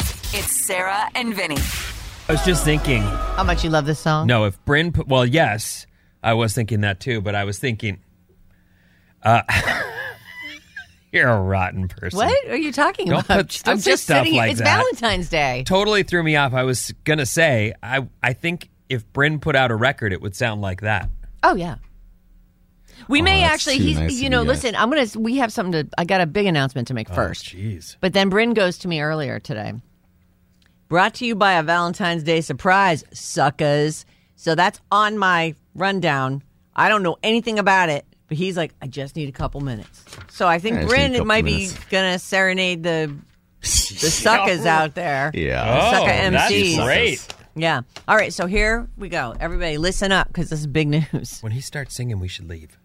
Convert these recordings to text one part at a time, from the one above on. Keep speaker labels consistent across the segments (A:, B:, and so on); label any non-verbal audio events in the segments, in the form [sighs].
A: It's Sarah and Vinny.
B: I was just thinking,
C: How much you love this song?
B: no, if Bryn, put, well, yes, I was thinking that too, but I was thinking, uh, [laughs] you're a rotten person.
C: What are you talking
B: Don't
C: about?
B: put- don't say stuff
C: sitting-
B: like
C: it's
B: that.
C: Valentine's Day.
B: Totally threw me off. I was gonna say, I, I think if Bryn put out a record, it would sound like that.
C: Oh yeah. We may
D: Oh, that's
C: actually
D: too
C: he's
D: nice of
C: you know,
D: you Oh, guys.
C: listen, I'm gonna we have something to I got a big announcement to make first.
B: jeez.
C: But then Bryn goes to me earlier today. Brought to you by a Valentine's Day surprise, suckas. So that's on my rundown. I don't know anything about it, but he's like, I just need a couple minutes. So I think
D: I just need a
C: Bryn
D: couple
C: might
D: minutes.
C: be gonna serenade the
D: [laughs]
C: the suckas out there.
B: Oh.
D: Yeah.
C: Sucker
B: that's
C: MCs.
B: great.
C: Yeah. All right, so here we go. Everybody listen up because this is
D: [laughs]
C: big news.
B: When he starts singing, we should leave.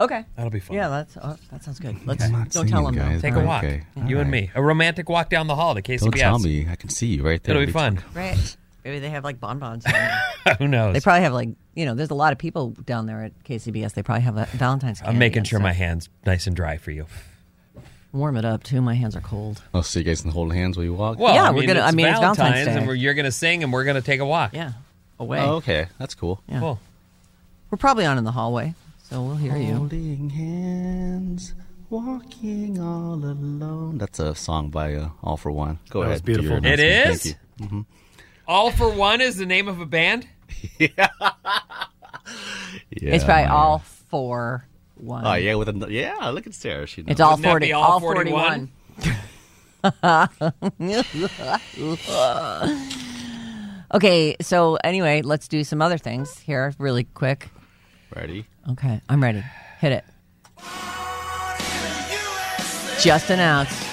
C: Okay.
B: That'll be fun.
C: Yeah, that's oh, that sounds good. Let's
D: I'm not
C: don't tell him
D: singing, guys.
B: Take
D: All
B: a
D: right,
B: walk,
D: okay. All
B: you and
D: right.
B: me. A romantic walk down the hall to KCBS.
D: Don't tell me. I can see you right there.
B: It'll be fun. [laughs]
C: though. Right. Maybe they have like bonbons. down there.
B: Who knows?
C: they probably have like you know. There's a lot of people down there at KCBS. They probably have a Valentine's.
B: I'm
C: candy
B: making
C: and
B: sure my
C: stuff.
B: hands nice and dry for you.
C: warm it up too. My hands are cold.
D: I'll see Oh, you guys and hold hands while you walk.
B: Well,
C: Yeah,
B: I
C: we're
B: mean,
C: gonna- I
B: It's
C: mean, it's
B: Valentine's,
C: Valentine's
B: and
C: Day.
B: we're, you're gonna sing, and we're gonna take a walk.
C: Yeah, away.
D: oh, okay. That's cool.
C: Yeah.
B: Cool.
C: We're probably on in the hallway, so we'll hear you.
D: Holding hands, walking all alone. That's a song by uh, All for One. Go ahead.
E: was
D: do your
E: beautiful.
B: It
D: announcement.
B: is?
D: Thank you.
B: All for One is the name of a band?
D: Yeah,
C: it's probably
D: man.
C: all four one.
D: Oh yeah, with a yeah. Look at Sarah. She knows.
C: It's all
B: Wouldn't that
C: forty.
B: be all
C: All
B: 41?
C: forty-one. [laughs] okay, so anyway, let's do some other things here really quick.
D: ready.
C: Okay, I'm ready. Hit it. Just announced.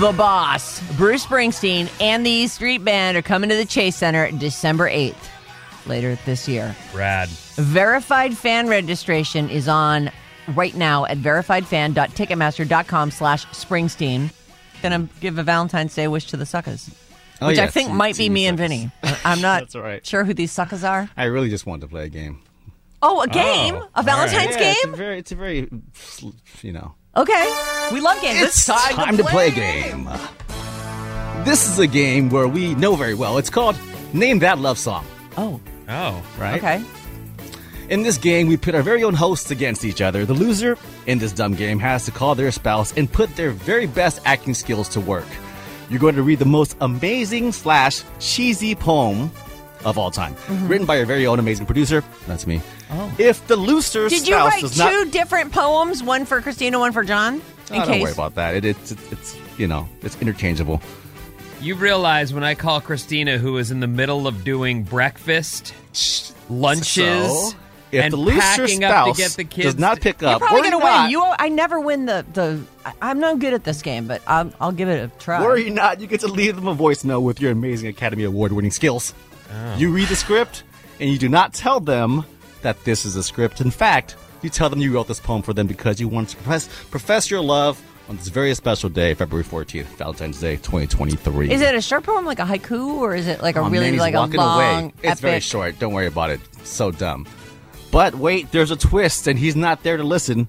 C: The Boss, Bruce Springsteen, and the E Street Band are coming to the Chase Center December 8th, later this year.
B: Rad.
C: Verified fan registration is on right now at verifiedfan.ticketmaster.com slash Springsteen. Gonna give a Valentine's Day wish to the suckers,
D: Oh,
C: which
D: yeah,
C: I think
D: it's-
C: might
D: it's
C: be
D: you
C: me and
D: suckers.
C: Vinny. Uh, I'm
D: [laughs]
C: not
D: That's all right.
C: sure who these suckers are.
D: I really just wanted to play a game.
C: Oh, a game?
B: all
C: a
B: right.
C: Valentine's
D: Yeah, It's a
C: game?
D: very, it's a very, you know.
C: Okay. We love games. It's, time,
D: to play a game. This is a game where we know very well. It's called Name That Love Song,
C: Oh,
B: Oh.
D: right?
C: okay.
D: In this game, we pit our very own hosts against each other. The loser in this dumb game has to call their spouse and put their very best acting skills to work. You're going to read the most amazing slash cheesy poem of all time,
C: Mm-hmm.
D: written by your very own amazing producer. That's me. If the loser's
C: Oh. Did you
D: spouse
C: write
D: does
C: two
D: not,
C: different poems? One for Christina, one for John? In
D: Oh,
C: case.
D: don't worry about that. It, it's it's it's you know it's interchangeable.
B: You realize when I call Christina, who is in the middle of doing breakfast, lunches,
D: So, if
B: and
D: the looser
B: packing up to
D: spouse
B: get the kids,
D: does not pick
C: You're
D: up,
C: probably
D: we're
C: gonna
D: not,
C: win. You, I never win the the. I- I'm not good at this game, but I'll, I'll give it a try.
D: worry not. You get to leave them a voicemail with your amazing Academy Award-winning skills.
B: Oh.
D: You read the script, and you do not tell them that this is a script. In fact, you tell them you wrote this poem for them because you want to profess, profess your love on this very special day, February 14th, Valentine's Day 2023.
C: Is it a short poem like a haiku, or is it like a
D: Oh,
C: really
D: man, he's
C: like a
D: walking
C: long?
D: away. It's very
C: epic-
D: short. Don't worry about it. So dumb. But wait, there's a twist, and he's not there to listen.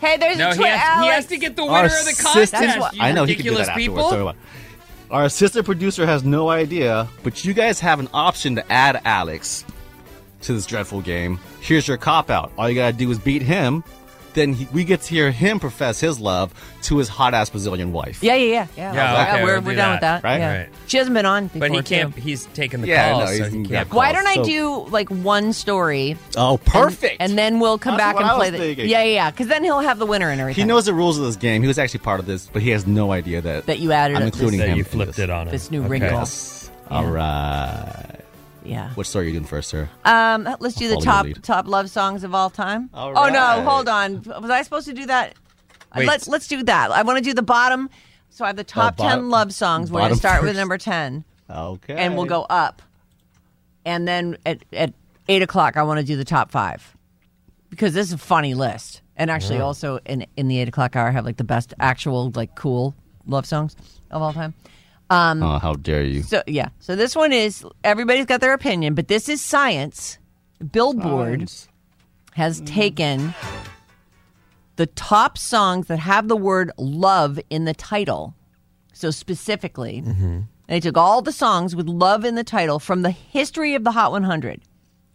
C: Hey, there's
B: No,
C: a
B: he
C: twist.
B: has, he has to get the winner of the contest.
C: That's what-
B: you
D: I know he can do
B: ridiculous
D: that afterwards.
B: people.
D: Don't worry about it. Our assistant producer has no idea, but you guys have an option to add Alex to this dreadful game. Here's your cop out. All you gotta do is beat him. Then he, we get to hear him profess his love to his hot ass Brazilian wife.
C: Yeah, yeah, yeah, yeah.
B: Yeah, okay,
C: we're
B: we'll
C: we're
B: do
C: down
B: that,
C: with that.
D: right?
C: yeah.
B: Right.
C: She hasn't been on, before,
B: But he can't.
C: Too.
B: He's taking the
D: Yeah, I
B: calls,
D: know,
B: so
D: he's
B: he
D: in
B: can't.
D: that
B: call.
C: Why don't I
D: So-
C: do like one story?
D: Oh, perfect.
C: And then we'll come
D: That's
C: back
D: what
C: and
D: I
C: play
D: was
C: the.
D: thinking.
C: Yeah, yeah, yeah. Because then he'll have the winner and everything.
D: he knows the rules of this game. He was actually part of this, but he has no idea that
C: That you added
D: I'm
C: up this-
D: including
C: That
D: him.
B: you
D: in
B: flipped
D: this.
B: it on him.
C: this new
B: Okay.
C: wrinkle.
D: Yes. All right.
C: Yeah.
D: What story are you doing first, sir?
C: Um, let's do the
D: Follow your
C: top
D: lead.
C: top love songs of all time.
D: All
C: Oh no,
D: right.
C: hold on. Was I supposed to do that?
B: Wait.
C: Let's let's do that. I want to do the bottom. So I have the top
D: bottom-
C: ten love songs. We're gonna
D: bottom
C: start with
D: first.
C: number ten,
D: Okay.
C: and we'll go up, and then at at eight o'clock I want to do the top five because this is a funny list. And actually, also in in the eight o'clock hour, I have like the best actual like cool love songs of all time.
D: Oh, how dare you?
C: So yeah, so this one is everybody's got their opinion, but this is science. Billboard has taken the top songs that have the word love in the title. So specifically,
D: Mm-hmm.
C: they took all the songs with love in the title from the history of the Hot 100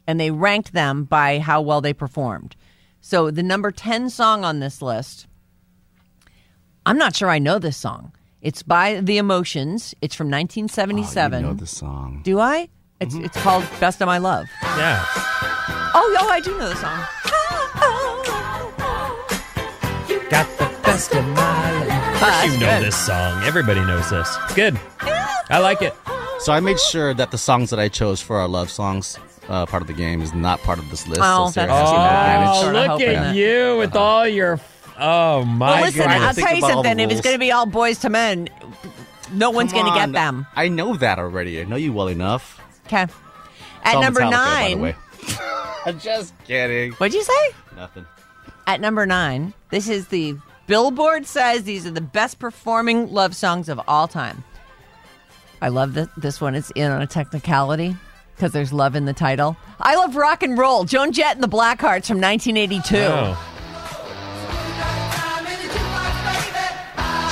C: and they ranked them by how well they performed. So the number 10 song on this list, I'm not sure I know this song. It's by The Emotions. It's from
D: Oh,
C: 1977.
D: you know Mm-hmm. the song.
C: Do I? It's it's called Best of My Love.
B: Yeah.
C: Oh, yo, I do know the song.
B: Got the best of my life.
C: Ah,
B: You
C: that's
B: know
C: good.
B: this song. Everybody knows this. Good. I like it.
D: So I made sure that the songs that I chose for our love songs uh, part of the game is not part of this list.
C: Oh,
D: so Sarah
C: that's
D: has an
C: too bad.
D: advantage.
C: Oh,
B: Oh,
C: Sorta
B: look
C: hoping
B: at
C: that-
B: you with all your. f- Oh my
C: Well, listen,
B: goodness.
C: I'll
D: Think
C: tell you
D: about all the
C: something. If it's
D: rules.
C: going to be all boys to men, no one's
D: Come
C: going to
D: on.
C: get them.
D: I know that already. I know you well enough.
C: Okay. At
D: It's all
C: number
D: Metallica, by the
C: nine,
D: way. [laughs] I'm just kidding.
C: what'd you say?
D: Nothing.
C: At number nine, this is the Billboard says these are the best performing love songs of all time. I love that this one. It's in on a technicality because there's love in the title. I love rock and roll. Joan Jett and the Blackhearts from 1982.
B: Oh.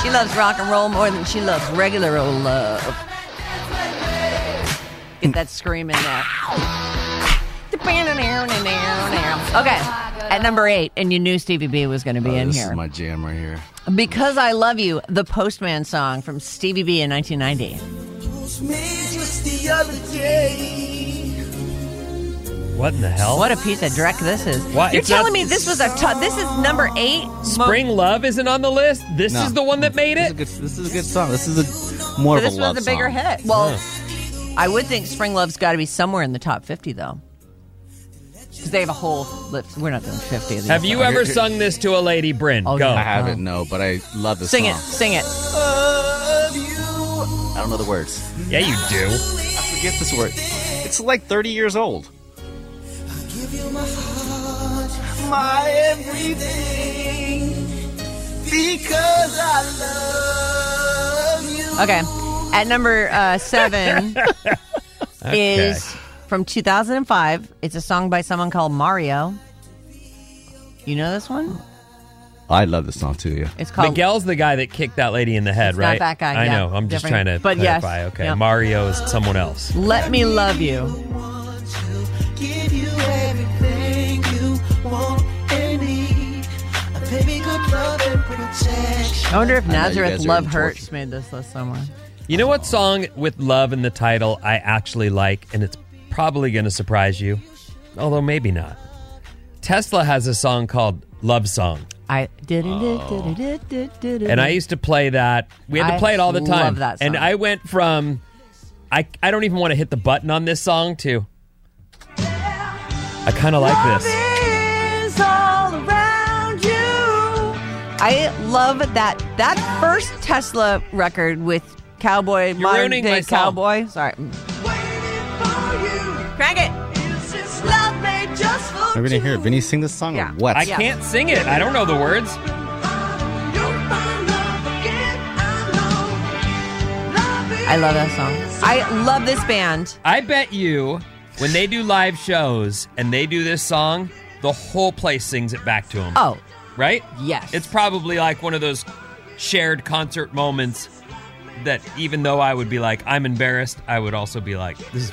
C: She loves rock and roll more than she loves regular old love. Get that scream in there. Okay, at number eight, and you knew Stevie B was going to be
D: Oh,
C: in
D: this
C: here.
D: is my jam right here.
C: because I Love You, the Postman song from Stevie B in 1990.
B: What in the hell?
C: What a piece of dreck this is.
B: What?
C: You're
B: It's not-
C: telling me this was a t- this is number eight?
B: Spring Love isn't on the list. This
D: No.
B: is the one that made
D: This is, a
B: it.
D: good, this is a good song. This is a more
C: So
D: of
C: this
D: a love
C: was a bigger
D: song.
C: hit. Well, I would think Spring Love's got to be somewhere in the top 50, though. Because they have a whole. List. We're not doing 50. of these.
B: Have you ever sung this to a lady, Bryn?
C: Oh,
B: Go.
D: I
C: yeah.
D: haven't, no, but I love this
C: Sing it,
D: song.
C: sing it.
D: I don't know the words.
B: Yeah, you do.
D: I forget this word. It's like 30 years old.
E: my everything because I love you.
C: Okay. At number uh, [laughs] seven is from 2005. It's a song by someone called Mario. You know this one?
D: I love this song too. Yeah.
C: It's called.
B: Miguel's the guy that kicked that lady in the head,
C: It's not
B: right?
C: that guy,
B: I
C: yeah.
B: know. I'm just
C: Different-
B: trying to
C: but yes,
B: clarify. okay,
C: yeah.
B: Mario is someone else.
C: Let Me Love You.
E: Give you everything you want and need. A baby, good love and protection.
C: I wonder if
D: know you
C: Nazareth
D: guys are
C: Love
D: in
C: Hurts
D: torture.
C: made this list somewhere.
B: You know what song with love in the title I actually like, and it's probably going to surprise you, although maybe not. Tesla has a song called "Love Song,"
C: I did
B: and I used to play that. We had to
C: Mm-hmm. I
B: play it all the time.
C: love that
B: And
C: song.
B: I went from, I I don't even want to hit the button on this song to. I kind of like this.
C: is all around you. I love that that first Tesla record with cowboy modern
B: ruining
C: day
B: my song.
C: cowboy. Sorry,
E: Waiting for you.
C: crank it.
E: Is this love made just for
D: Are we gonna hear
E: two?
D: Vinny sing this song
C: Yeah.
D: or what?
B: I can't sing it. I don't know the words.
E: You're my love.
C: I love that song. I love this band.
B: I bet you when they do live shows and they do this song, the whole place sings it back to them.
C: Oh,
B: Right?
C: Yes.
B: It's probably like one of those shared concert moments that even though I would be like, I'm embarrassed, I would also be like, this is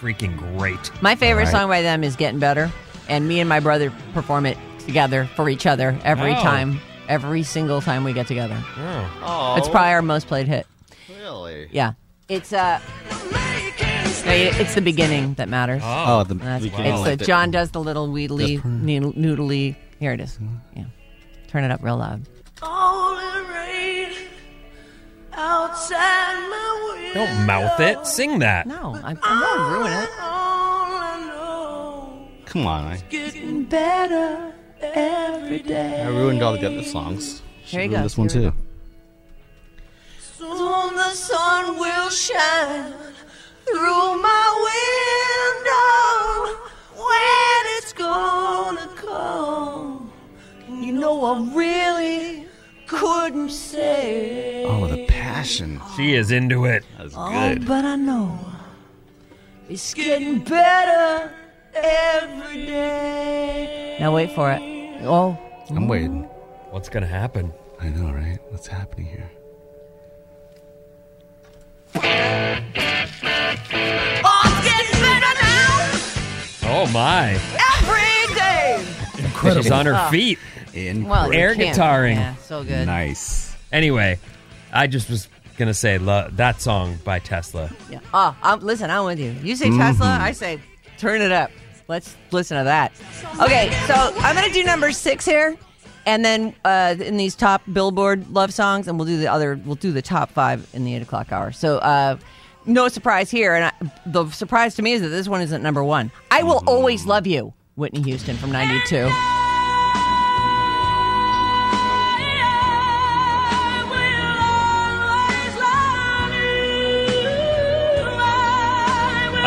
B: freaking great.
C: my favorite
D: Right.
C: song by them is Getting Better, and me and my brother perform it together for each other every
B: Oh.
C: time, every single time we get together.
B: Oh.
D: Oh,
C: It's probably our most played hit.
D: really.
C: Yeah. It's uh it's the beginning that matters.
D: Oh, the
C: That's-
D: we can
C: it's
D: only-
C: the John does the little wheedly noodle- noodly. Here it is. Yeah. Turn it up real loud.
B: Don't mouth it. Sing that.
C: No, I, I won't ruin it.
D: Come on, I. Getting better every day. I ruined all the other songs.
C: Here you
D: Ruined
C: go.
D: This one
C: Here we
D: too.
C: go.
E: Soon the sun will shine through my window when it's gonna come. You know I really couldn't say,
D: Oh, the passion.
B: She is into it.
D: That's good.
E: but I know it's getting better every day.
C: Now wait for it. Oh,
D: I'm waiting.
B: What's going to happen?
D: I know, right? What's happening here?
E: Oh, it's getting better now
B: Oh, my.
E: every day.
D: Incredible.
B: She's on her feet.
D: In
C: well,
B: Air
C: you can't-
B: guitaring.
C: Yeah, so good.
D: nice.
B: Anyway, I just was going to say lo- that song by Tesla.
C: Yeah. Oh, I'm, listen, I'm with you. You say Tesla, I say turn it up. Let's listen to that. Okay, so I'm gonna do number six here, and then uh, in these top Billboard love songs, and we'll do the other. We'll do the top five in the eight o'clock hour. So. Uh, no surprise here, and I, the surprise to me is that this one isn't number one. I will always love you, Whitney Houston from '92.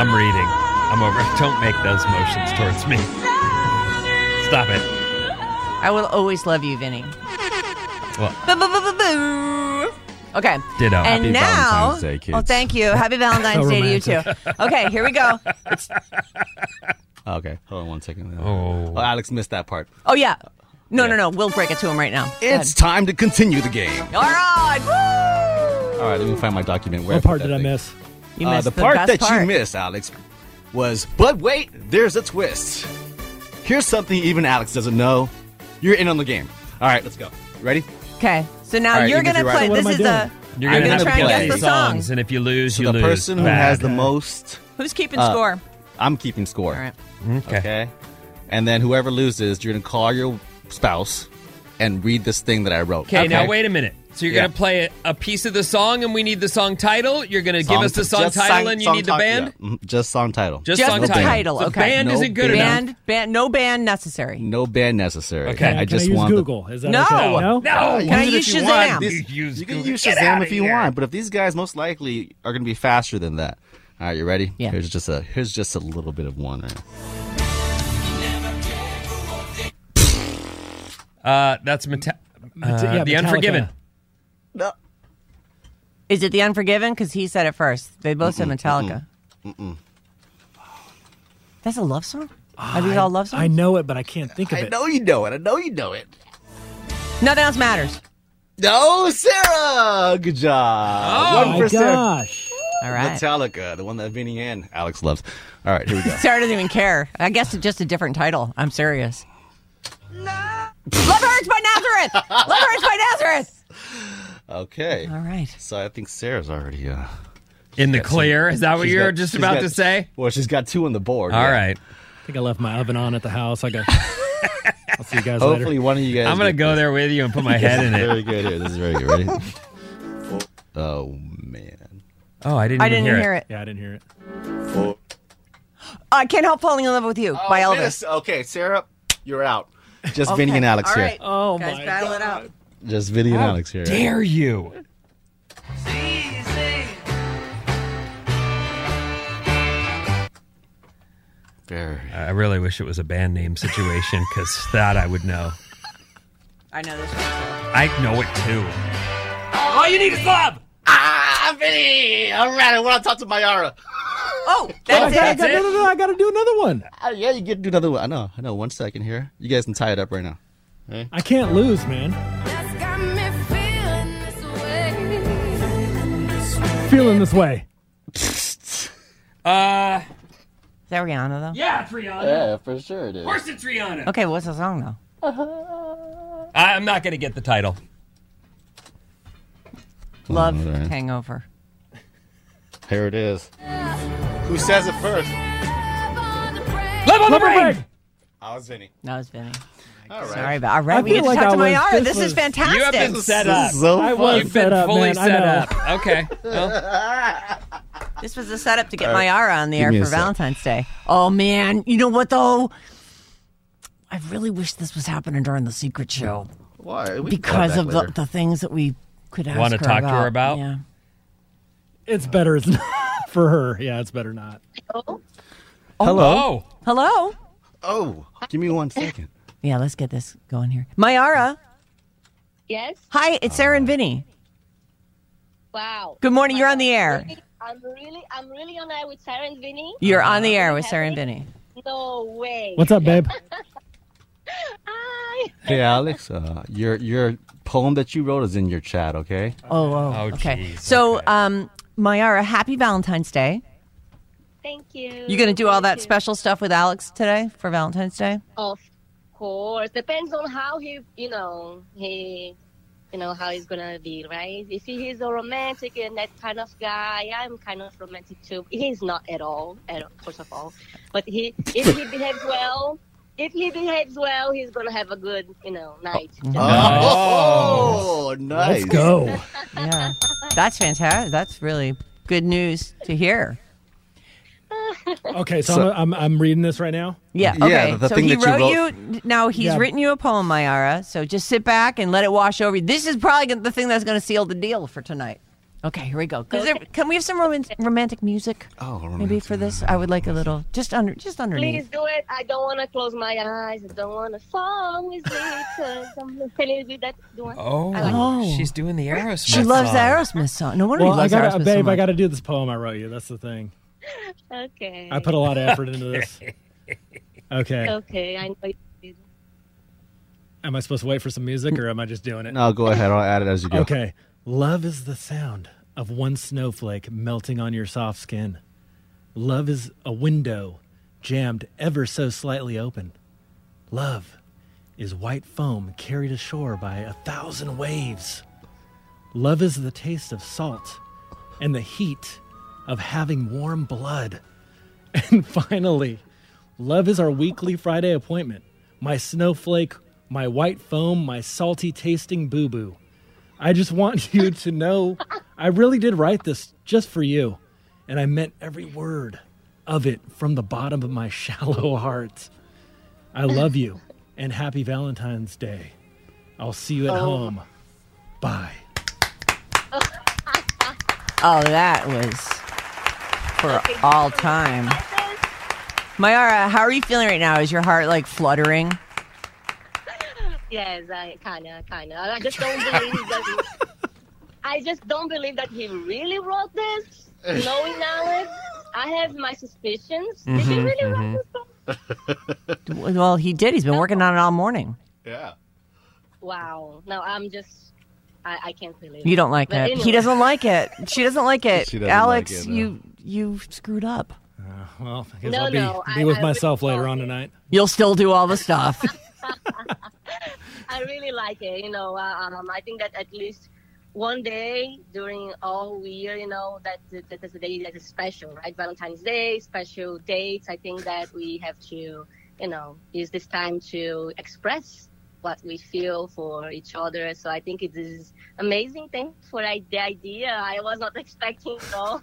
B: I'm reading. I'm over. Don't make those motions towards me. Stop it.
C: I will always love you, Vinny.
B: Well,
C: Boo-boo-boo-boo-boo. Okay.
B: Ditto.
C: And
D: Happy
C: now,
D: Valentine's Day, kids.
C: well, thank you.
D: [laughs]
C: Happy Valentine's Day to you too. Okay, here we go.
D: Okay, hold on one second.
B: Oh.
D: Alex missed that part.
C: Oh yeah, no, no, no. We'll break it to him right now. Go ahead.
D: It's time to continue the game.
C: all right. Woo!
D: All right, let me find my document. Where
F: What
D: put
F: part
D: that
F: did I
D: thing.
F: miss?
C: You
D: Uh,
C: missed
D: the, part
C: best
D: that
C: part.
D: you missed, Alex, was but wait, there's a twist. Here's something even Alex doesn't know. You're in on the game. All right, let's go. Ready?
C: Okay, so now
D: All right,
C: you're
D: you can
C: gonna
D: do right.
C: play.
F: So what
C: this
F: am I
C: is
F: doing?
C: a.
B: You're
C: I'm
B: gonna
C: gonna
B: have to
C: try and
B: play
C: guess the
B: songs,
C: song.
B: and if you lose,
D: So
B: you
D: the
B: lose.
D: person who
B: Bad.
D: has the most,
C: Who's keeping
D: Uh,
C: score?
D: I'm keeping score.
C: All right.
B: Okay.
D: Okay. And then whoever loses, you're gonna call your spouse and read this thing that I wrote.
B: Okay, now wait a minute. So you're
D: Yeah.
B: gonna play a, a piece of the song, and we need the song title. You're gonna give us the song
D: just
B: title,
D: song-
B: and you
D: song
B: need the
D: ti-
B: band.
D: yeah, mhm, just song title.
B: Just,
C: Just
B: song
C: the
B: title.
C: title,
B: So
C: okay.
B: band
D: No
B: isn't good
D: band.
B: enough.
C: Band, band, no band necessary.
D: no band necessary.
B: Okay.
F: Can
D: I
F: I
D: just
F: use
D: want the-
F: Google. Is that
C: No!
F: okay? No.
B: No,
C: Can I use Shazam?
D: These-
B: You use
D: you can
B: Google.
D: use
B: Get
D: Shazam
B: outta
D: if you
B: here.
D: want, but if these guys most likely are going to be faster than that. All right, you ready?
C: Yeah.
D: Here's just a here's just a little bit of one. Right
B: Uh, that's Meta- uh,
F: yeah,
B: the
F: Metallica.
B: Unforgiven.
D: now.
C: Is it The Unforgiven? Because he said it first. They both said Metallica. That's a love song. Are these all love songs?
F: I know it, but I can't think of
D: I
F: it.
D: know you know it. I know you know it.
C: Nothing else matters.
D: No, Sarah. Good job.
F: Oh
D: One
F: my
D: for Sarah.
F: gosh!
C: All right.
D: Metallica, the one that Vinny and Alex loves. All right, here
C: [laughs]
D: we go.
C: Sarah doesn't even care. I guess it's just a different title. I'm serious. Love Hurts by Nazareth. Love Hurts by Nazareth.
D: Okay.
C: All right.
D: So I think Sarah's already. Uh,
B: In the clear. Is that what
D: she's
B: you were
D: got-
B: just
D: she's
B: about
D: got-
B: to say?
D: Well, she's got two on the board.
B: All
D: yeah.
B: right.
F: I think I left my oven on at the house. I got. I'll see you guys
D: Hopefully,
F: later.
D: one of you guys.
B: I'm gonna
D: get
B: go
D: this.
B: there with you and put my head in it.
D: Very good. Here, this is very good. Ready? oh man.
B: Oh, I didn't.
C: I
B: even
C: didn't hear it.
F: Yeah, I didn't hear it.
C: I can't help falling in love with you by Elvis.
D: Miss- Okay, Sarah, you're out. Just
C: Okay.
D: Vinny and Alex
C: All
D: here.
C: right.
F: Oh
C: Guys,
F: my
C: battle it out.
D: Just Vinny and Alex here.
B: Dare you?
D: Fair.
B: I really wish it was a band name situation because that I would know.
C: I know this one.
B: I know it too. All you need is love.
D: Ah, company. All right, I want to talk to Mayara.
C: Oh,
F: I
C: that's
F: got, I
C: it.
F: got, no, no, no, I got to do another one.
D: Uh, yeah, you get to do another one. I know, I know. One second here. You guys can tie it up right now.
F: I can't lose, man. Feeling this way.
B: Uh,
C: Is that Rihanna though?
B: yeah, it's Rihanna.
D: Yeah, for sure it is.
B: Of course, it's Rihanna.
C: Okay, what's the song though?
B: I, I'm not going to get the title.
C: Love
D: all right.
C: Hangover.
D: Here it is. Who says it first?
B: Love on the
F: Rubber
B: brain.
F: break.
D: I was Vinny.
C: No, it's Vinny.
D: All right.
C: Sorry about. All right, we
F: feel
C: get to
F: like
C: talk
F: I
C: to
F: was-
C: Mayara. This,
F: this
C: is
F: was-
C: fantastic.
B: You have been set up.
D: So
F: I
D: fun.
F: was
B: You've
F: set
B: been
F: up,
B: fully
F: man. I
B: set
F: know.
B: up. Okay. Well,
C: This was a setup to get Mayara on the air
D: Uh, me a
C: for
D: sec.
C: Valentine's Day. Oh man, you know what though? I really wish this was happening during the secret show
D: Why? We can call
C: because
D: back
C: of the,
D: later.
C: the things that we could ask
B: Wanna
C: her
B: talk to
C: about.
B: her about?
C: Yeah.
F: It's better it's not [laughs] for her. Yeah, it's better not.
D: Hello.
B: oh,
C: Hello.
D: Oh, give me one second.
C: Yeah, let's get this going here. Mayara,
G: Yes.
C: hi, it's Sarah
D: Uh,
C: and Vinny.
G: Wow.
C: Good morning. You're on the air.
G: Really, I'm really, I'm really on air with Sarah and Vinny.
C: You're on the air with Sarah and Vinny.
G: No way.
F: What's up, babe?
G: Hi.
D: Hey, Alex. Uh, your your poem that you wrote is in your chat. Okay.
C: Oh, oh,
B: Oh,
C: okay.
B: geez,
C: so,
B: okay.
C: um, Mayara, happy Valentine's Day.
G: Thank you.
C: You gonna do all that
G: Thank you.
C: special stuff with Alex today for Valentine's Day?
G: Of course. Depends on how he, you know, he, you know, how he's gonna be, right? If he is a romantic and that kind of guy, I'm kind of romantic too. He's not at all, at all, first of all. But he, if he behaves well, if he behaves well, he's gonna have a good, you know, night.
D: [laughs] Oh, nice.
F: Let's go.
C: Yeah, that's fantastic. That's really good news to hear.
F: Okay, so,
D: So-
F: I'm, I'm I'm reading this right now.
C: Yeah.
D: Yeah,
C: Okay.
D: the
C: so
D: thing
C: he
D: that you
C: wrote,
D: wrote-
C: you. Now he's
F: Yeah.
C: written you a poem, Mayara. So just sit back and let it wash over you. This is probably gonna- the thing that's going to seal the deal for tonight. Okay, here we go. 'Cause there- can we have some roman- romantic music?
D: Oh,
C: Maybe
D: romantic
C: for this, I would like a little just under, just
F: Oh.
C: underneath.
G: Please do it. I don't want to close my eyes. I don't want to fall with you because I'm [laughs] feeling with that doing.
B: oh,
C: Oh.
B: she's doing the Aerosmith.
C: She loves
B: song.
C: the Aerosmith song. No wonder
F: Well,
C: he
F: I
C: loves
F: got
C: Aerosmith
F: to
C: so
F: babe. I
C: much.
F: got to do this poem I wrote you. That's the thing.
G: Okay.
F: I put a lot of effort
C: [laughs]
F: into this. Okay.
G: Okay, I know you did.
F: Am I supposed to wait for some music or am I just doing it?
D: No, go ahead. I'll add it as you go.
F: Okay. Love is the sound of one snowflake melting on your soft skin. Love is a window jammed ever so slightly open. Love is white foam carried ashore by a thousand waves. Love is the taste of salt and the heat of having warm blood. [laughs] And finally, love is our weekly Friday appointment. My snowflake, my white foam, my salty tasting boo boo. I just want [laughs] you to know I really did write this just for you. And I meant every word of it from the bottom of my [laughs] shallow heart. I love you and happy Valentine's Day. I'll see you at
G: Oh.
F: home. Bye.
C: Oh, that was for all time. Mayara, how are you feeling right now? Is your heart like fluttering?
G: Yes, I kind of, kind of. I just don't believe that. I just don't believe that he really wrote this, knowing now it. I have my suspicions. Did he really write this? song?
C: Well, he did. He's been working on it all morning.
D: Yeah.
G: Wow. No, I'm just. I, I can't believe
C: You don't like
G: But
C: it. He
G: anyway.
C: doesn't like it. She doesn't like
D: [laughs]
C: it.
D: She doesn't like
C: Alex,
D: it, no.
C: you you screwed up.
F: Well, Oh, I guess
G: No,
F: I'll be,
G: no,
F: be
G: I-
F: with
G: I
F: myself
G: wouldn't
F: later on
G: call it.
F: tonight.
C: You'll still do all
G: [laughs]
C: the stuff.
G: I really like it. You know, uh, um, I think that at least one day during all year, you know, that that is a day that is special, right? Valentine's Day, special dates. I think that we have to, you know, use this time to express what we feel for each other. So I think it is amazing. Thanks for I- the idea. I was not [laughs] expecting at all.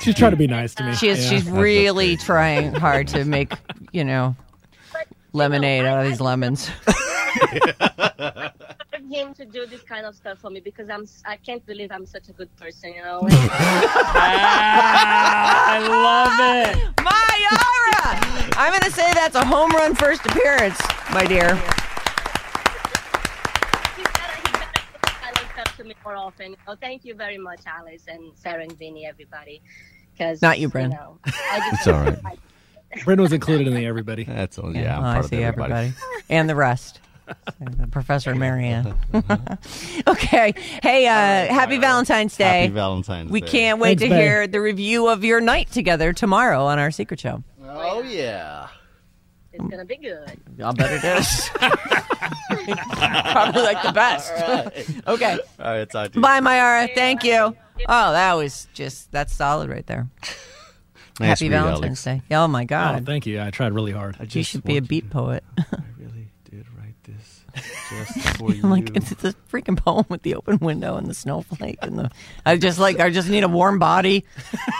F: She's trying to be nice to me.
C: she is.
F: Yeah. [laughs]
C: She's really trying hard to make you know lemonade out of these lemons. [laughs]
G: for [laughs] him to do this kind of stuff for me because I'm I can't believe I'm such a good person, you know.
B: Ah, I love it.
C: Mayara! I'm going to say that's a home run first appearance, my dear.
G: He gotta- he gotta do this kind of stuff to me more often. Oh, thank you very much, Alice and Sarah and Vinny, everybody. Because
C: Not you, Bren.
G: know, I
D: [laughs]
G: just-
D: It's all right.
F: Bren was included in the everybody.
D: That's all. Yeah,
C: Yeah,
D: I'm
C: well, Oh, I
D: part of
C: see
D: everybody.
C: everybody. and the
D: [laughs]
C: rest. So, the Professor and Marianne. [laughs] okay. Hey, uh, happy Valentine's Day.
D: Happy Valentine's
C: we
D: Day.
C: can't wait to
F: Thanks, babe.
C: hear the review of your night together tomorrow on our secret show.
D: Oh yeah.
G: it's gonna be good.
C: Y'all better do [laughs] Probably like the best. [laughs] okay.
D: All right, talk to you.
C: Bye, Myara. Thank you. Oh, that was just, that's solid right there.
D: Nice
C: happy
D: read,
C: Valentine's
D: Alex.
C: Day. Oh, my
F: Oh,
C: God.
F: thank you. I tried really hard.
C: you should be a beat poet. [laughs]
D: I really did write this just for you.
C: I'm like it's, it's a freaking poem with the open window and the snowflake and the. I just like I just need a warm body,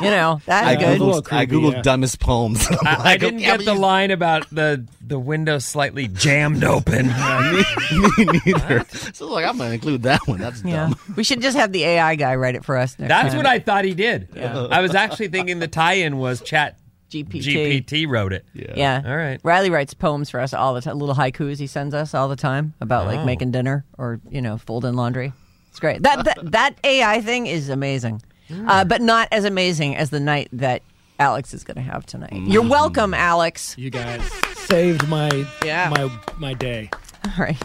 C: you know. That's
D: I
C: good.
F: A little
D: googled, I
F: creepy,
D: googled
F: yeah.
D: dumbest poems. [laughs]
B: I, I didn't get the line about the the window slightly jammed open.
D: Me neither. [laughs] So like, I'm gonna include that one. That's
C: yeah,
D: dumb.
C: we should just have the AI guy write it for us. Next
B: That's
C: time.
B: what I thought he did. I was actually thinking the tie-in was Chat
C: GPT.
B: GPT wrote it.
C: Yeah.
B: All right.
C: Riley writes poems for us all the time. Little haikus he sends us all the time about
B: Oh.
C: like making dinner or you know folding laundry. It's great. That that, that AI thing is amazing,
B: Mm.
C: uh, but not as amazing as the night that Alex is going to have tonight. You're welcome,
B: [laughs]
C: Alex.
F: You guys saved my
C: Yeah.
F: my my day.
C: All right.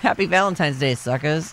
C: Happy Valentine's Day, suckers.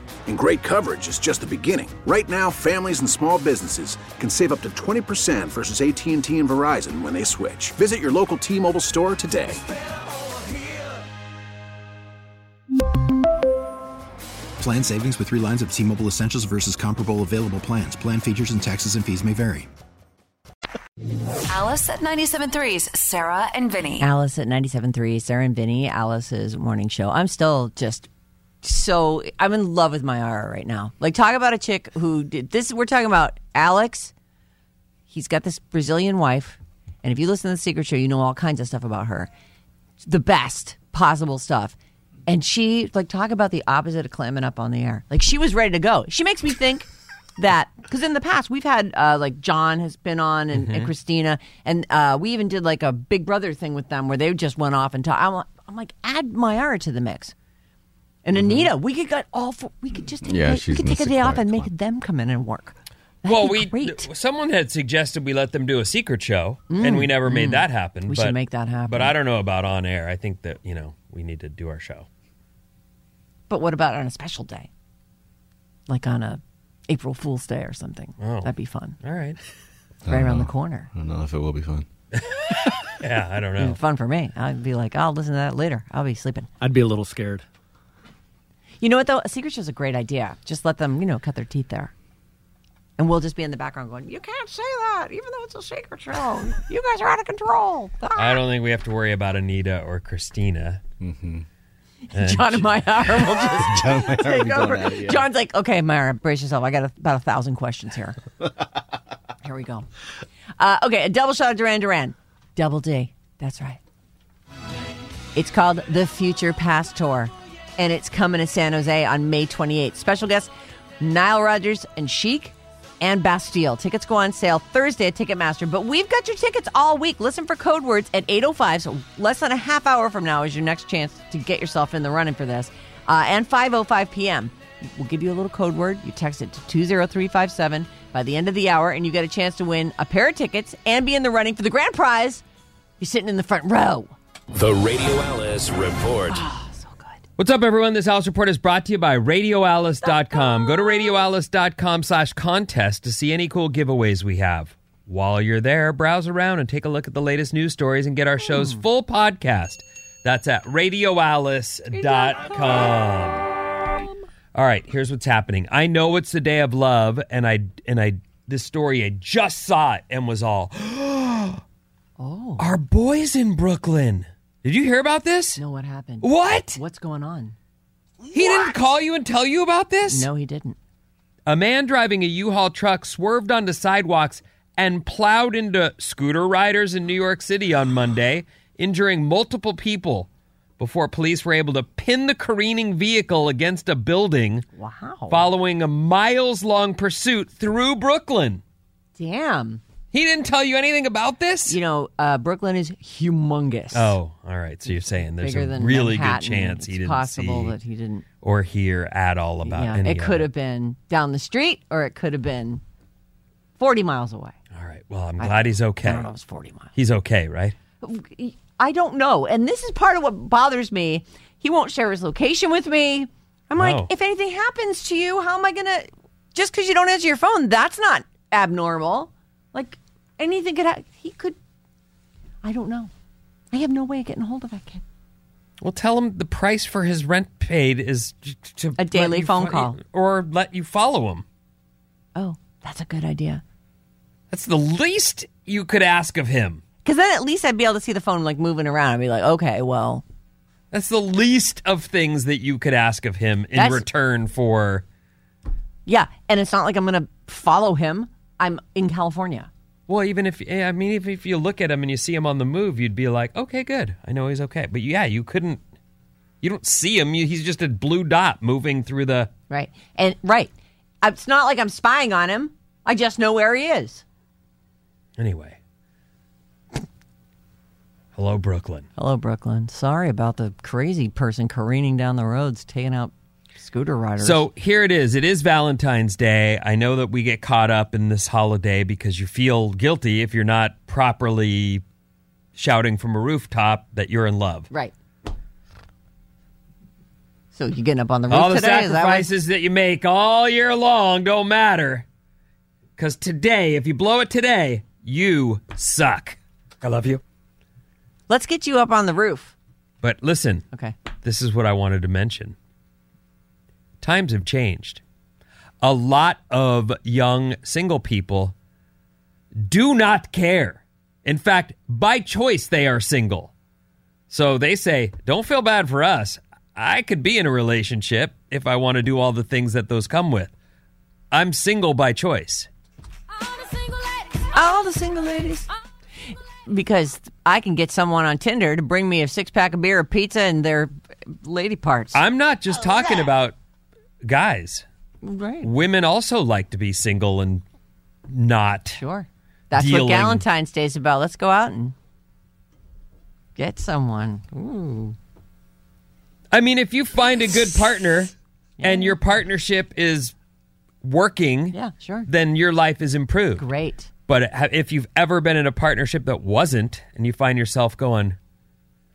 H: And great coverage is just the beginning. Right now, families and small businesses can save up to 20% versus AT&T and Verizon when they switch. Visit your local T-Mobile store today.
I: Plan savings with three lines of T Mobile Essentials versus comparable available plans. Plan features and taxes and fees may vary.
A: Alice at 97.3's Sarah and Vinny.
C: Alice at 97.3, Sarah and Vinny, Alice's morning show. I'm still just so, I'm in love with Myara right now. Like, talk about a chick who did this. We're talking about Alex. He's got this Brazilian wife. And if you listen to The Secret Show, you know all kinds of stuff about her. The best possible stuff. And she, like, talk about the opposite of clamming up on the air. Like, she was ready to go. She makes me think. that because in the past we've had uh, like John has been on and,
D: Mm-hmm.
C: and Christina and uh, we even did like a Big Brother thing with them where they just went off and talk. I'm, like- I'm like add Myara to the mix and Anita. We could get all four, we could just take,
D: Mm-hmm. Yeah,
C: a, day- we
D: she's
C: could
D: in the
C: take a
D: sick
C: day off
D: bag
C: and make
D: club.
C: them come in and work. That'd
B: Well,
C: be
B: we
C: great. Mm,
B: someone had suggested we let them do a secret show, and we never made that happen.
C: We should make that happen.
B: But I don't know about on air. I think that you know we need to do our show.
C: But what about on a special day, like on a April Fool's Day or something? That'd be fun.
B: All right.
C: Right around the corner.
D: Oh. I don't know if it will be
C: [laughs]
D: fun. [laughs]
B: Yeah, I don't know.
C: Fun for me. I'd be like, I'll listen to that later. I'll be sleeping.
F: I'd be a little scared.
C: You know what though? A secret show's a great idea. Just let them, you know, cut their teeth there. And we'll just be in the background going, You can't say that, even though it's a secret show. You guys are out of control.
B: I don't think we have to worry about Anita or Christina.
C: John and Myra will just
D: John Mayer will be
C: take
D: going
C: over.
D: at it, yeah.
C: John's like, Okay, Myra, brace yourself. I got a, about a thousand questions here. Here we go. Uh, okay, a double shot of Duran Duran. Double D. That's right. It's called the Future Past Tour, and it's coming to San Jose on May 28th. Special guests Nile Rodgers and Chic and Bastille. Tickets go on sale Thursday at Ticketmaster, but we've got your tickets all week. Listen for code words at 8.05, so less than a half hour from now is your next chance to get yourself in the running for this. Uh, and 5.05 p.m. We'll give you a little code word. You text it to 20357 by the end of the hour, and you get a chance to win a pair of tickets and be in the running for the grand prize. You're sitting in the front row.
J: The Radio Alice Report.
B: What's up, everyone? This Alice Report is brought to you by RadioAlice.com. Go to RadioAlice.com slash contest to see any cool giveaways we have. While you're there, browse around and take a look at the latest news stories and get our show's full podcast. That's at RadioAlice.com. All right, here's what's happening. I know it's the day of love, and I and I this story I just saw it and was all [gasps]
C: Oh.
B: Our boys in Brooklyn. Did you hear about this?
C: No, what happened?
B: What?
C: What's going on?
B: He didn't call you and tell you about this?
C: No, he didn't.
B: A man driving a U-Haul truck swerved onto sidewalks and plowed into scooter riders in New York City
C: [gasps]
B: on Monday, injuring multiple people before police were able to pin the careening vehicle against a building
C: Wow.
B: following a miles-long pursuit through Brooklyn.
C: Damn.
B: He didn't tell you anything about this?
C: You know, uh, Brooklyn is humongous.
B: Oh, all right. So you're saying there's
C: Bigger
B: a
C: than
B: really
C: Manhattan.
B: good chance he
C: It's
B: didn't
C: possible
B: see
C: that he didn't-
B: or hear at all about
C: yeah.
B: any
C: It
B: of
C: could have been down the street or it could have been 40 miles away.
B: All right. Well, I'm glad he's okay.
C: I don't know, it was 40 miles.
B: He's okay, right?
C: I don't know. And this is part of what bothers me. He won't share his location with me. I'm
B: No.
C: like, if anything happens to you, how am I going to? Just because you don't answer your phone, that's not abnormal. Like anything could happen. He could. I don't know. I have no way of getting a hold of that kid.
B: Well, tell him the price for his rent paid is j- to
C: A daily
B: let you
C: phone
B: fo-
C: call.
B: or let you follow him.
C: Oh, that's a good idea.
B: That's the least you could ask of him.
C: Because then at least I'd be able to see the phone like moving around. I'd be like, okay, well,
B: That's the least of things that you could ask of him in
C: That's-
B: return for.
C: yeah. And it's not like I'm going to follow him. I'm in California.
B: Well, even if eh, I mean, if, if you look at him and you see him on the move, you'd be like, okay, good, I know he's okay. But yeah, you couldn't. You don't see him. You, he's just a blue dot moving through the.
C: Right. And right. It's not like I'm spying on him. I just know where he is.
B: Anyway. Hello, Brooklyn.
C: Hello, Brooklyn. Sorry about the crazy person careening down the roads, taking out scooter riders.
B: So here it is. It is Valentine's Day. I know that we get caught up in this holiday because you feel guilty if you're not properly shouting from a rooftop that you're in love.
C: right. So you getting up on the roof
B: All the
C: today? Is that why-
B: sacrifices that, you make all year long don't matter. Because today, if you blow it today, you suck. I love you.
C: Let's get you up on the roof.
B: But listen,
C: Okay.
B: this is what I wanted to mention. Times have changed. A lot of young single people do not care. In fact, by choice, they are single. So they say, don't feel bad for us. I could be in a relationship if I want to do all the things that those come with. I'm single by choice.
C: All the single ladies. Because I can get someone on Tinder to bring me a six pack of beer, a pizza, and their lady parts.
B: I'm not just talking about guys.
C: Right.
B: Women also like to be single and not.
C: Sure. That's
B: dealing.
C: what Valentine's Day's about. Let's go out and get someone. Ooh.
B: I mean, if you find a good partner and your partnership is working,
C: Yeah, sure.
B: then your life is improved.
C: Great.
B: But ha- if you've ever been in a partnership that wasn't and you find yourself going,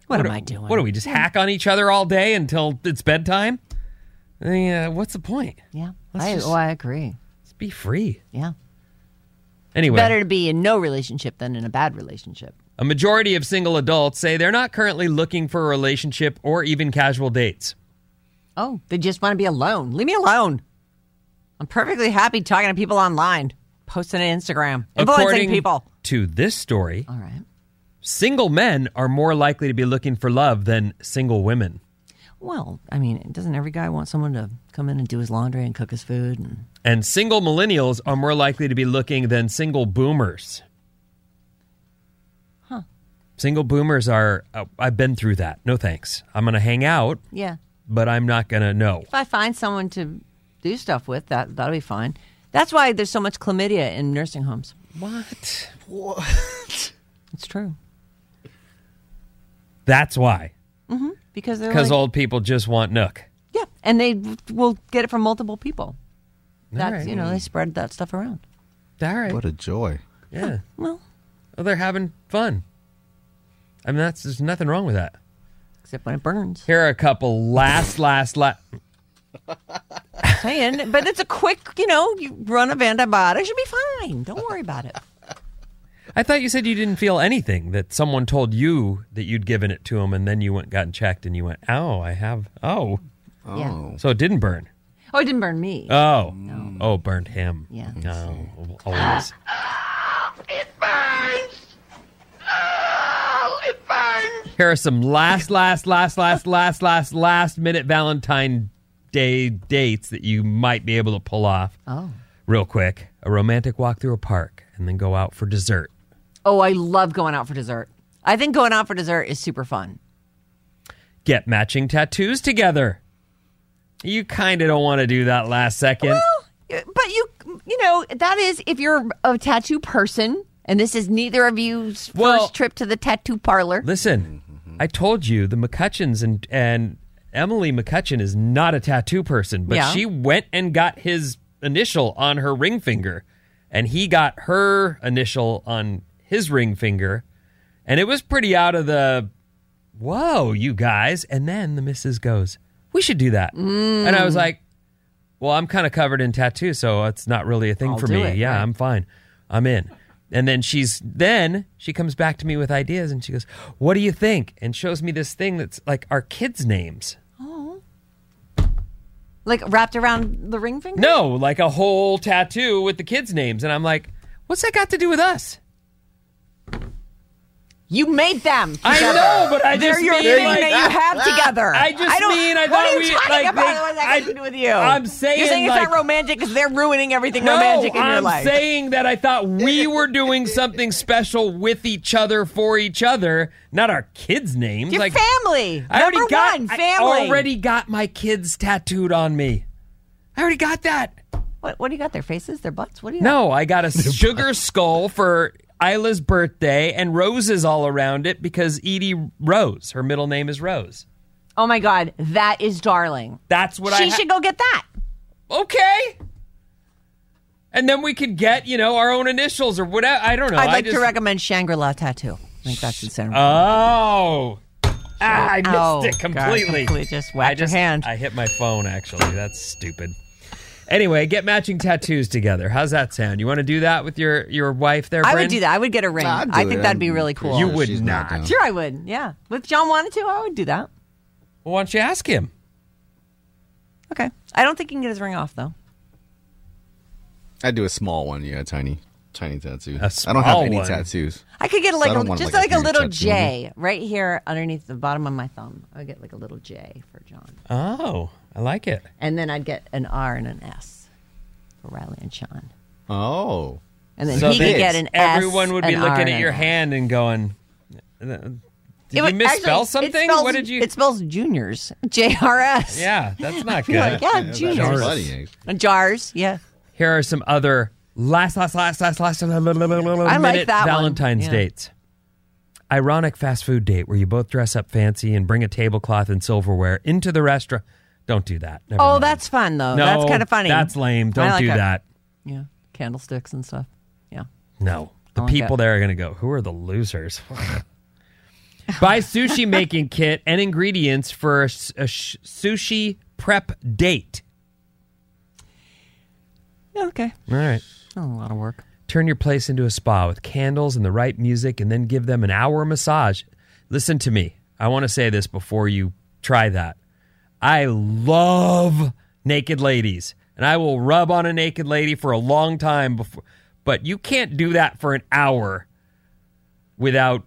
C: What, am
B: do-
C: I doing?
B: What do we just hack on each other all day until it's bedtime? Yeah, what's the point?
C: Yeah.
B: Let's
C: I,
B: just-
C: oh, I agree.
B: Let's be free.
C: Yeah.
B: Anyway,
C: Better to be in no relationship than in a bad relationship.
B: a majority of single adults say they're not currently looking for a relationship or even casual dates.
C: Oh, they just want to be alone. Leave me alone. I'm perfectly happy talking to people online, posting on Instagram, influencing
B: According
C: people.
B: to this story,
C: All right.
B: single men are more likely to be looking for love than single women.
C: Well, I mean, doesn't every guy want someone to come in and do his laundry and cook his food? And
B: And single millennials are more likely to be looking than single boomers.
C: Huh.
B: Single boomers are, uh, I've been through that. No thanks. I'm going to hang out,
C: yeah,
B: but I'm not going to know.
C: if I find someone to do stuff with, that that'll be fine. That's why there's so much chlamydia in nursing homes.
B: What?
D: What?
C: It's true.
B: That's why.
C: hmm Because they're
B: Because
C: like,
B: old people just want nook.
C: yeah, and they will get it from multiple people. That's
B: right.
C: you know they spread that stuff around.
B: All right.
D: What a joy.
B: Yeah.
C: Well,
B: Well, they're having fun. I mean, that's there's nothing wrong with that.
C: Except when it burns.
B: [laughs] Here are a couple last, last, last.
C: saying, but it's a quick you know you run of antibiotics, you'll be fine. Don't worry about it.
B: I thought you said you didn't feel anything. That someone told you that you'd given it to them, and then you went, gotten checked, and you went, "Oh, I have." Oh.
C: Yeah. Oh.
B: So it didn't burn.
C: Oh, it didn't burn me.
B: Oh. Oh, burned him.
C: Yeah.
B: No. Always. Here are some last, last, last, last, last, last, last minute Valentine Day dates that you might be able to pull off.
C: Oh.
B: Real quick a romantic walk through a park and then go out for dessert.
C: Oh, I love going out for dessert. I think going out for dessert is super fun.
B: Get matching tattoos together. You kind of don't want to do that last second.
C: But you, you know, that is if you're a tattoo person, and this is neither of you's first trip to the tattoo parlor.
B: Listen, I told you the McCutcheons and, and Emily McCutcheon is not a tattoo person, but
C: Yeah.
B: she went and got his initial on her ring finger, and he got her initial on his ring finger, and it was pretty out of the whoa, you guys. And then the missus goes, We should do that. And I was
C: Mm.
B: like, Well, I'm kind of covered in tattoos, so it's not really a thing
C: I'll
B: for
C: do
B: me.
C: it,
B: yeah,
C: right.
B: I'm fine. I'm in. And then she's then she comes back to me with ideas and she goes, What do you think? And shows me this thing that's like our kids' names.
C: Oh. Like wrapped around the ring finger?
B: No, like a whole tattoo with the kids' names. And I'm like, What's that got to do with us?
C: You made them.
B: I
C: together.
B: know, but I
C: They're
B: just
C: your
B: mean,
C: thing
B: like-
C: that you have together.
B: I just
C: don't,
B: mean I
C: what
B: thought
C: are you
B: we-
C: talking
B: like,
C: about?
B: they-
C: What does that
B: I-
C: got to do with you?
B: I'm saying,
C: you're saying it's
B: like-
C: not romantic because they're ruining everything
B: No,
C: romantic in your
B: I'm
C: life.
B: saying that I thought we were doing something special with each other for each other, not our kids' names.
C: your
B: like
C: family.
B: I already
C: Number
B: got
C: one,
B: I
C: family.
B: already got my kids tattooed on me. I already got that.
C: What, what do you got? Their faces? Their butts? What do you got?
B: No, I got a sugar skull for Isla's birthday and roses all around it because Edie Rose, her middle name is Rose.
C: Oh my God, that is darling.
B: That's what
C: she
B: I ha-
C: should go get that.
B: Okay. And then we could get, you know, our own initials or whatever. I don't know.
C: I'd
B: Oh, I
C: like to
B: just-
C: recommend Shangri La tattoo. I think that's the sound.
B: Oh. Ah, I missed
C: Oh,
B: it
C: God,
B: completely.
C: completely just whacked
B: I
C: your hand.
B: I hit my phone, actually. That's stupid. Anyway, get matching tattoos together. How's that sound? You want to do that with your, your wife there,
C: I
B: Bryn?
C: would do that. I would get a ring.
B: I'd do
C: I think
B: it.
C: that'd be
B: I'm
C: really
B: pretty
C: cool.
B: sure You would she's not not. down.
C: Sure, I would. Yeah. If John wanted to, I would do that.
B: Well, why don't you ask him?
C: Okay. I don't think he can get his ring off though.
D: I do a small one, yeah, tiny, tiny tattoo. I
B: small
D: don't have any
B: one.
D: tattoos.
C: I could get
D: So
C: like
D: I
C: a,
D: don't want,
C: just like, a,
D: huge
C: little
D: tattoo.
C: J right here underneath the bottom of my thumb. I would get like a little J for John,
B: Oh, I like it.
C: and then I'd get an R and an S for Riley and Sean,
D: Oh.
C: and then he could get an S.
B: Everyone would be
C: an R,
B: looking
C: and
B: at
C: an
B: your
C: S.
B: hand and going, did
C: It
B: you
C: would-
B: misspell
C: actually, it
B: something?
C: spells-
B: what did you?
C: It spells juniors. [laughs] J R S.
B: Yeah, that's not good.
C: [laughs] You're like, yeah, juniors. Uh, Jars. Yeah.
B: Here are some other last, last, last, last, last
C: I
B: I
C: like that one.
B: Valentine's
C: Yeah.
B: dates. Ironic fast food date where you both dress up fancy and bring a tablecloth and silverware into the restaurant. Don't do that. Never
C: oh,
B: mind.
C: that's fun though.
B: No,
C: that's kind of funny.
B: That's lame.
C: I
B: Don't
C: like
B: do
C: it.
B: that.
C: Yeah, candlesticks and stuff. Yeah.
B: No.
C: I
B: The
C: like
B: people
C: it.
B: there are going to go, who are the losers? [laughs] Buy sushi making kit and ingredients for a, s- a sh- sushi prep date.
C: Yeah, okay.
B: All right.
C: Not a lot of work.
B: Turn your place into a spa with candles and the right music and then give them an hour massage. Listen to me. I want to say this before you try that. I love naked ladies and I will rub on a naked lady for a long time before but you can't do that for an hour without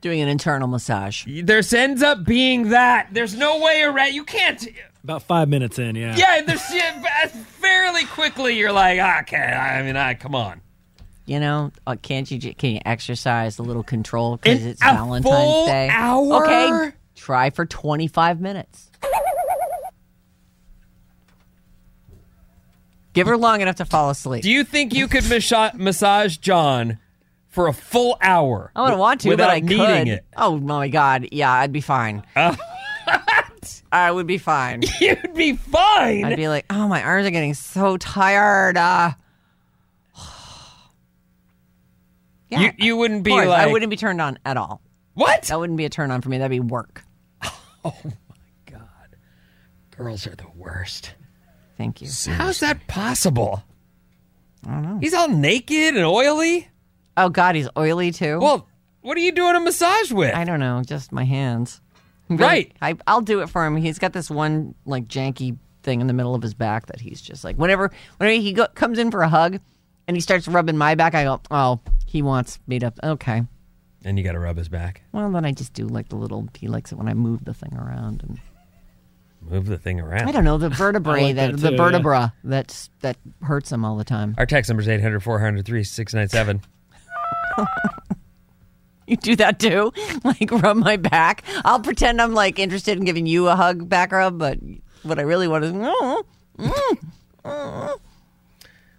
C: Doing an internal massage.
B: There's ends up being that. There's no way around. You can't.
F: About five minutes in, yeah.
B: Yeah, there's yeah, fairly quickly. You're like, ah, okay. I mean, I come on.
C: You know, uh, can't you ju- can you exercise a little control because
B: An-
C: it's
B: a
C: Valentine's
B: full
C: Day?
B: hour?
C: Okay, try for twenty five minutes. Give her long enough to fall asleep.
B: Do you think you could masha- massage John for a full hour?
C: I wouldn't want to,
B: without
C: but I
B: needing
C: could.
B: it. [laughs] Uh.
C: Oh my god, yeah, I'd be fine. [laughs] I would
B: [laughs]
C: be fine.
B: You'd be fine.
C: I'd be like, oh, my arms are getting so tired. Uh, [sighs] yeah,
B: You- you wouldn't
C: of
B: be
C: course, I
B: like-
C: wouldn't be turned on at all.
B: What?
C: That wouldn't be a turn on for me. That'd be work.
B: Girls are the worst.
C: Thank you.
B: How's that possible?
C: I don't know.
B: He's all naked and oily.
C: Oh God, he's oily too.
B: Well, what are you doing a massage with?
C: I don't know, just my hands. But
B: Right.
C: I, I'll do it for him. He's got this one like janky thing in the middle of his back that he's just like whenever whenever he go, comes in for a hug and he starts rubbing my back, I go, oh, he wants me to. Okay.
B: And you got to rub his back.
C: Well, then I just do like the little. He likes it when I move the thing around, and
B: Move the thing around.
C: I don't know the vertebrae
F: like
C: that,
F: that
C: the
F: too, yeah.
C: vertebra that's that hurts him all the time. [laughs]
B: Our text number is 800 400 3697.
C: You do that too, [laughs] like rub my back. I'll pretend I'm like interested in giving you a hug back rub, but what I really want is. Mm, mm, mm.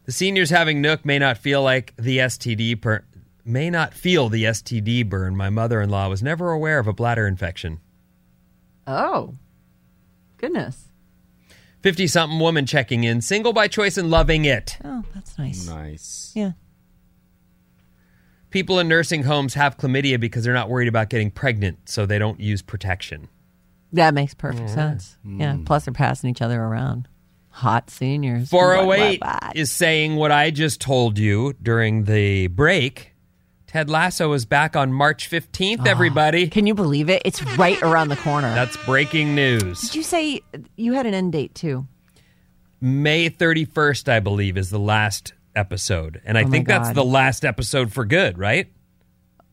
B: The seniors having Nook may not feel like the STD per- may not feel the STD burn. My mother-in-law was never aware of a bladder infection.
C: Oh, goodness.
B: 50-something woman checking in, single by choice and loving it.
C: Oh, that's nice.
D: Nice.
C: Yeah.
B: People in nursing homes have chlamydia because they're not worried about getting pregnant, so they don't use protection.
C: That makes perfect
B: Yeah. Mm.
C: sense. Yeah. Plus, they're passing each other around. Hot seniors.
B: 408
C: Blah, blah, blah.
B: is saying what I just told you during the break. Ted Lasso is back on March 15th, everybody.
C: Can you believe it? It's right around the corner.
B: That's breaking news.
C: Did you say you had an end date too?
B: May 31st, I believe, is the last episode. And I
C: Oh my
B: think that's
C: God.
B: the last episode for good, right?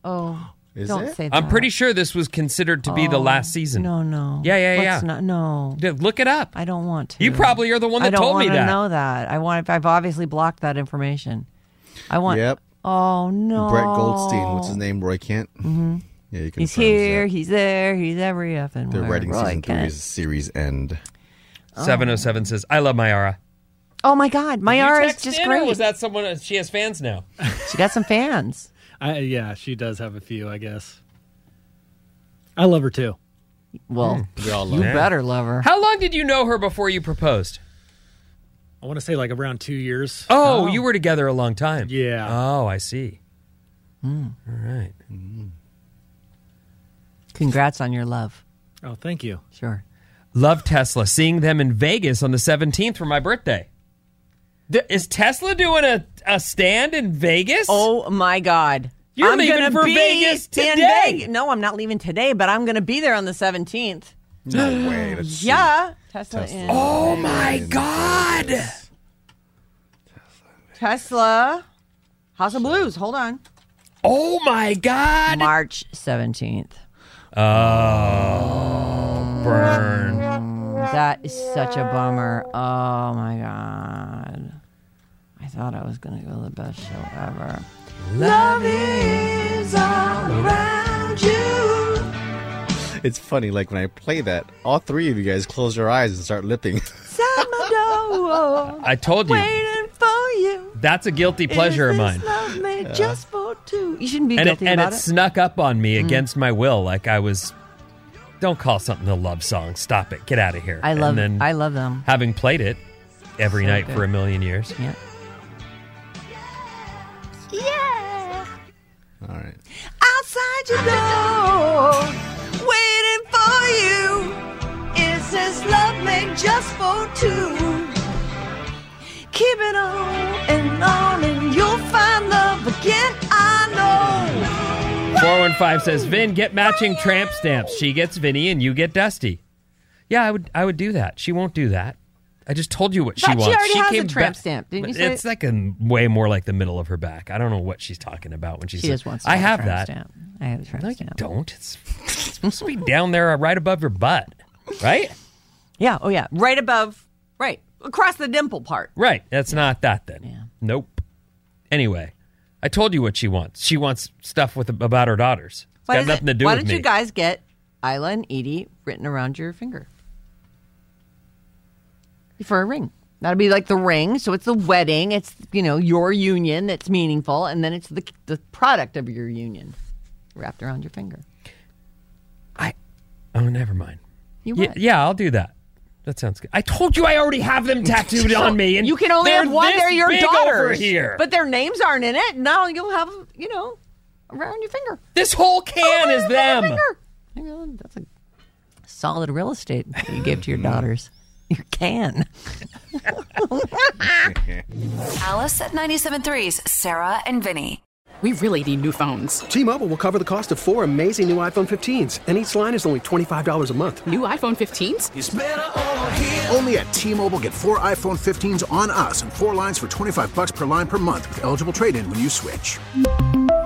C: Oh,
D: Is
C: don't
D: it?
C: say that.
B: I'm pretty sure this was considered to be the
C: Oh,
B: last season.
C: No, no.
B: Yeah, yeah,
C: Let's
B: yeah.
C: Not, no.
B: D- Look it up.
C: I don't want to.
B: You probably are the one that
C: I don't
B: told me
C: wanna
B: that.
C: know that. I want. I've obviously blocked that information. I want.
D: Yep.
C: Oh no.
D: Brett Goldstein. What's his name? Roy Kent. Mm-hmm. Yeah, you can.
C: He's here. He's there. He's every effing.
D: They're
C: where.
D: writing
C: Roy
D: season
C: Kent.
D: three's series
C: [gasps]
D: end.
B: 707 says, I love Myara.
C: Oh my God, my
B: You
C: R is
B: text
C: just
B: in, or
C: great.
B: Was that someone? She has fans now.
C: She got some fans.
F: I, yeah, she does have a few, I guess. I love her too.
C: Well,
B: Hmm.
D: We all
C: you
D: love.
C: better love her.
B: How long did you know her before you proposed?
F: I want to say like around two years.
B: Oh, you were together a long time.
F: Yeah.
B: Oh, I see.
C: Hmm.
B: All right.
C: Congrats on your love.
F: Oh, thank you.
C: Sure.
B: Love Tesla. Seeing them in Vegas on the 17th for my birthday. Th- Is Tesla doing a, a stand in Vegas?
C: Oh my God.
B: You're
C: I'm
B: leaving
C: gonna
B: for
C: be
B: Vegas
C: in
B: today.
C: Veg- No, I'm not leaving today, but I'm going to be there on the 17th.
D: No way. That's
C: Yeah. Tesla, in.
B: Oh my God.
C: Tesla. House of Blues. Hold on.
B: Oh my God.
C: March 17th.
B: Oh, burn.
C: That is such a bummer. Oh my God. I thought I was going to go to the best show ever.
B: Love
C: is all around you.
D: It's funny. Like when I play that, all three of you guys close your eyes and start lipping. [laughs]
C: Inside
B: [laughs]
C: my door,
B: I told you,
C: waiting for you.
B: that's a guilty pleasure of
C: Is
B: mine.
C: this love made just for two? You shouldn't be
B: And it,
C: guilty
B: and
C: about
B: it
C: it. Mm.
B: snuck up on me against my will. Like I was, don't call something a love song. Stop it. Get out of here.
C: I love.
B: and then
C: I love them.
B: having played it every
C: So
B: night
C: good.
B: for a million years.
C: Yeah.
D: all right.
C: Outside your door, waiting for you. Is this love made just for two? Keep it on and on, and you'll find love again. I know.
B: 415 says, Vin, get matching tramp stamps. She gets Vinny and you get Dusty. Yeah, I would I would do that. She won't do that. I just told you what she
C: But she
B: wants.
C: already has a
B: came
C: tramp
B: back-
C: stamp, didn't you say?
B: It's like a way more like the middle of her back. I don't know what she's talking about when she,
C: She
B: says,
C: just wants to
B: I
C: have
B: have
C: a
B: that.
C: tramp stamp. I have a tramp
B: no,
C: stamp.
B: you don't. It's, it's supposed to be down there, uh, right above your butt, right?
C: Yeah. Oh, yeah. Right above, right across the dimple part.
B: Right. That's not that then. Nope. Anyway, I told you what she wants. She wants stuff with about her daughters. It's got
C: does
B: nothing to do
C: why
B: with
C: did
B: me.
C: you guys get Isla and Edie written around your finger for a ring? That'd be like the ring. So it's the wedding. It's you know your union that's meaningful, and then it's the the product of your union wrapped around your finger.
B: oh, never mind.
C: You
B: yeah,
C: what?
B: yeah, I'll do that. That sounds good. I told you I already have them tattooed
C: [laughs]
B: on me. And
C: you can only
B: they're
C: have one.
B: this
C: They're your
B: big over
C: daughters.
B: here.
C: But their names aren't in it. Now you'll have you know around your finger.
B: This whole can is them.
C: That's a solid real estate that you gave to
B: Mm.
C: your daughters. You can.
A: Alice at 97.3's Sarah and Vinny.
K: We really need new phones. T-Mobile will cover the cost of four amazing new iPhone 15s, and each line is only $25 a month.
H: New iPhone 15s? Only at T-Mobile get four iPhone 15s on us and four lines for 25 bucks per line per month with eligible trade-in when you switch.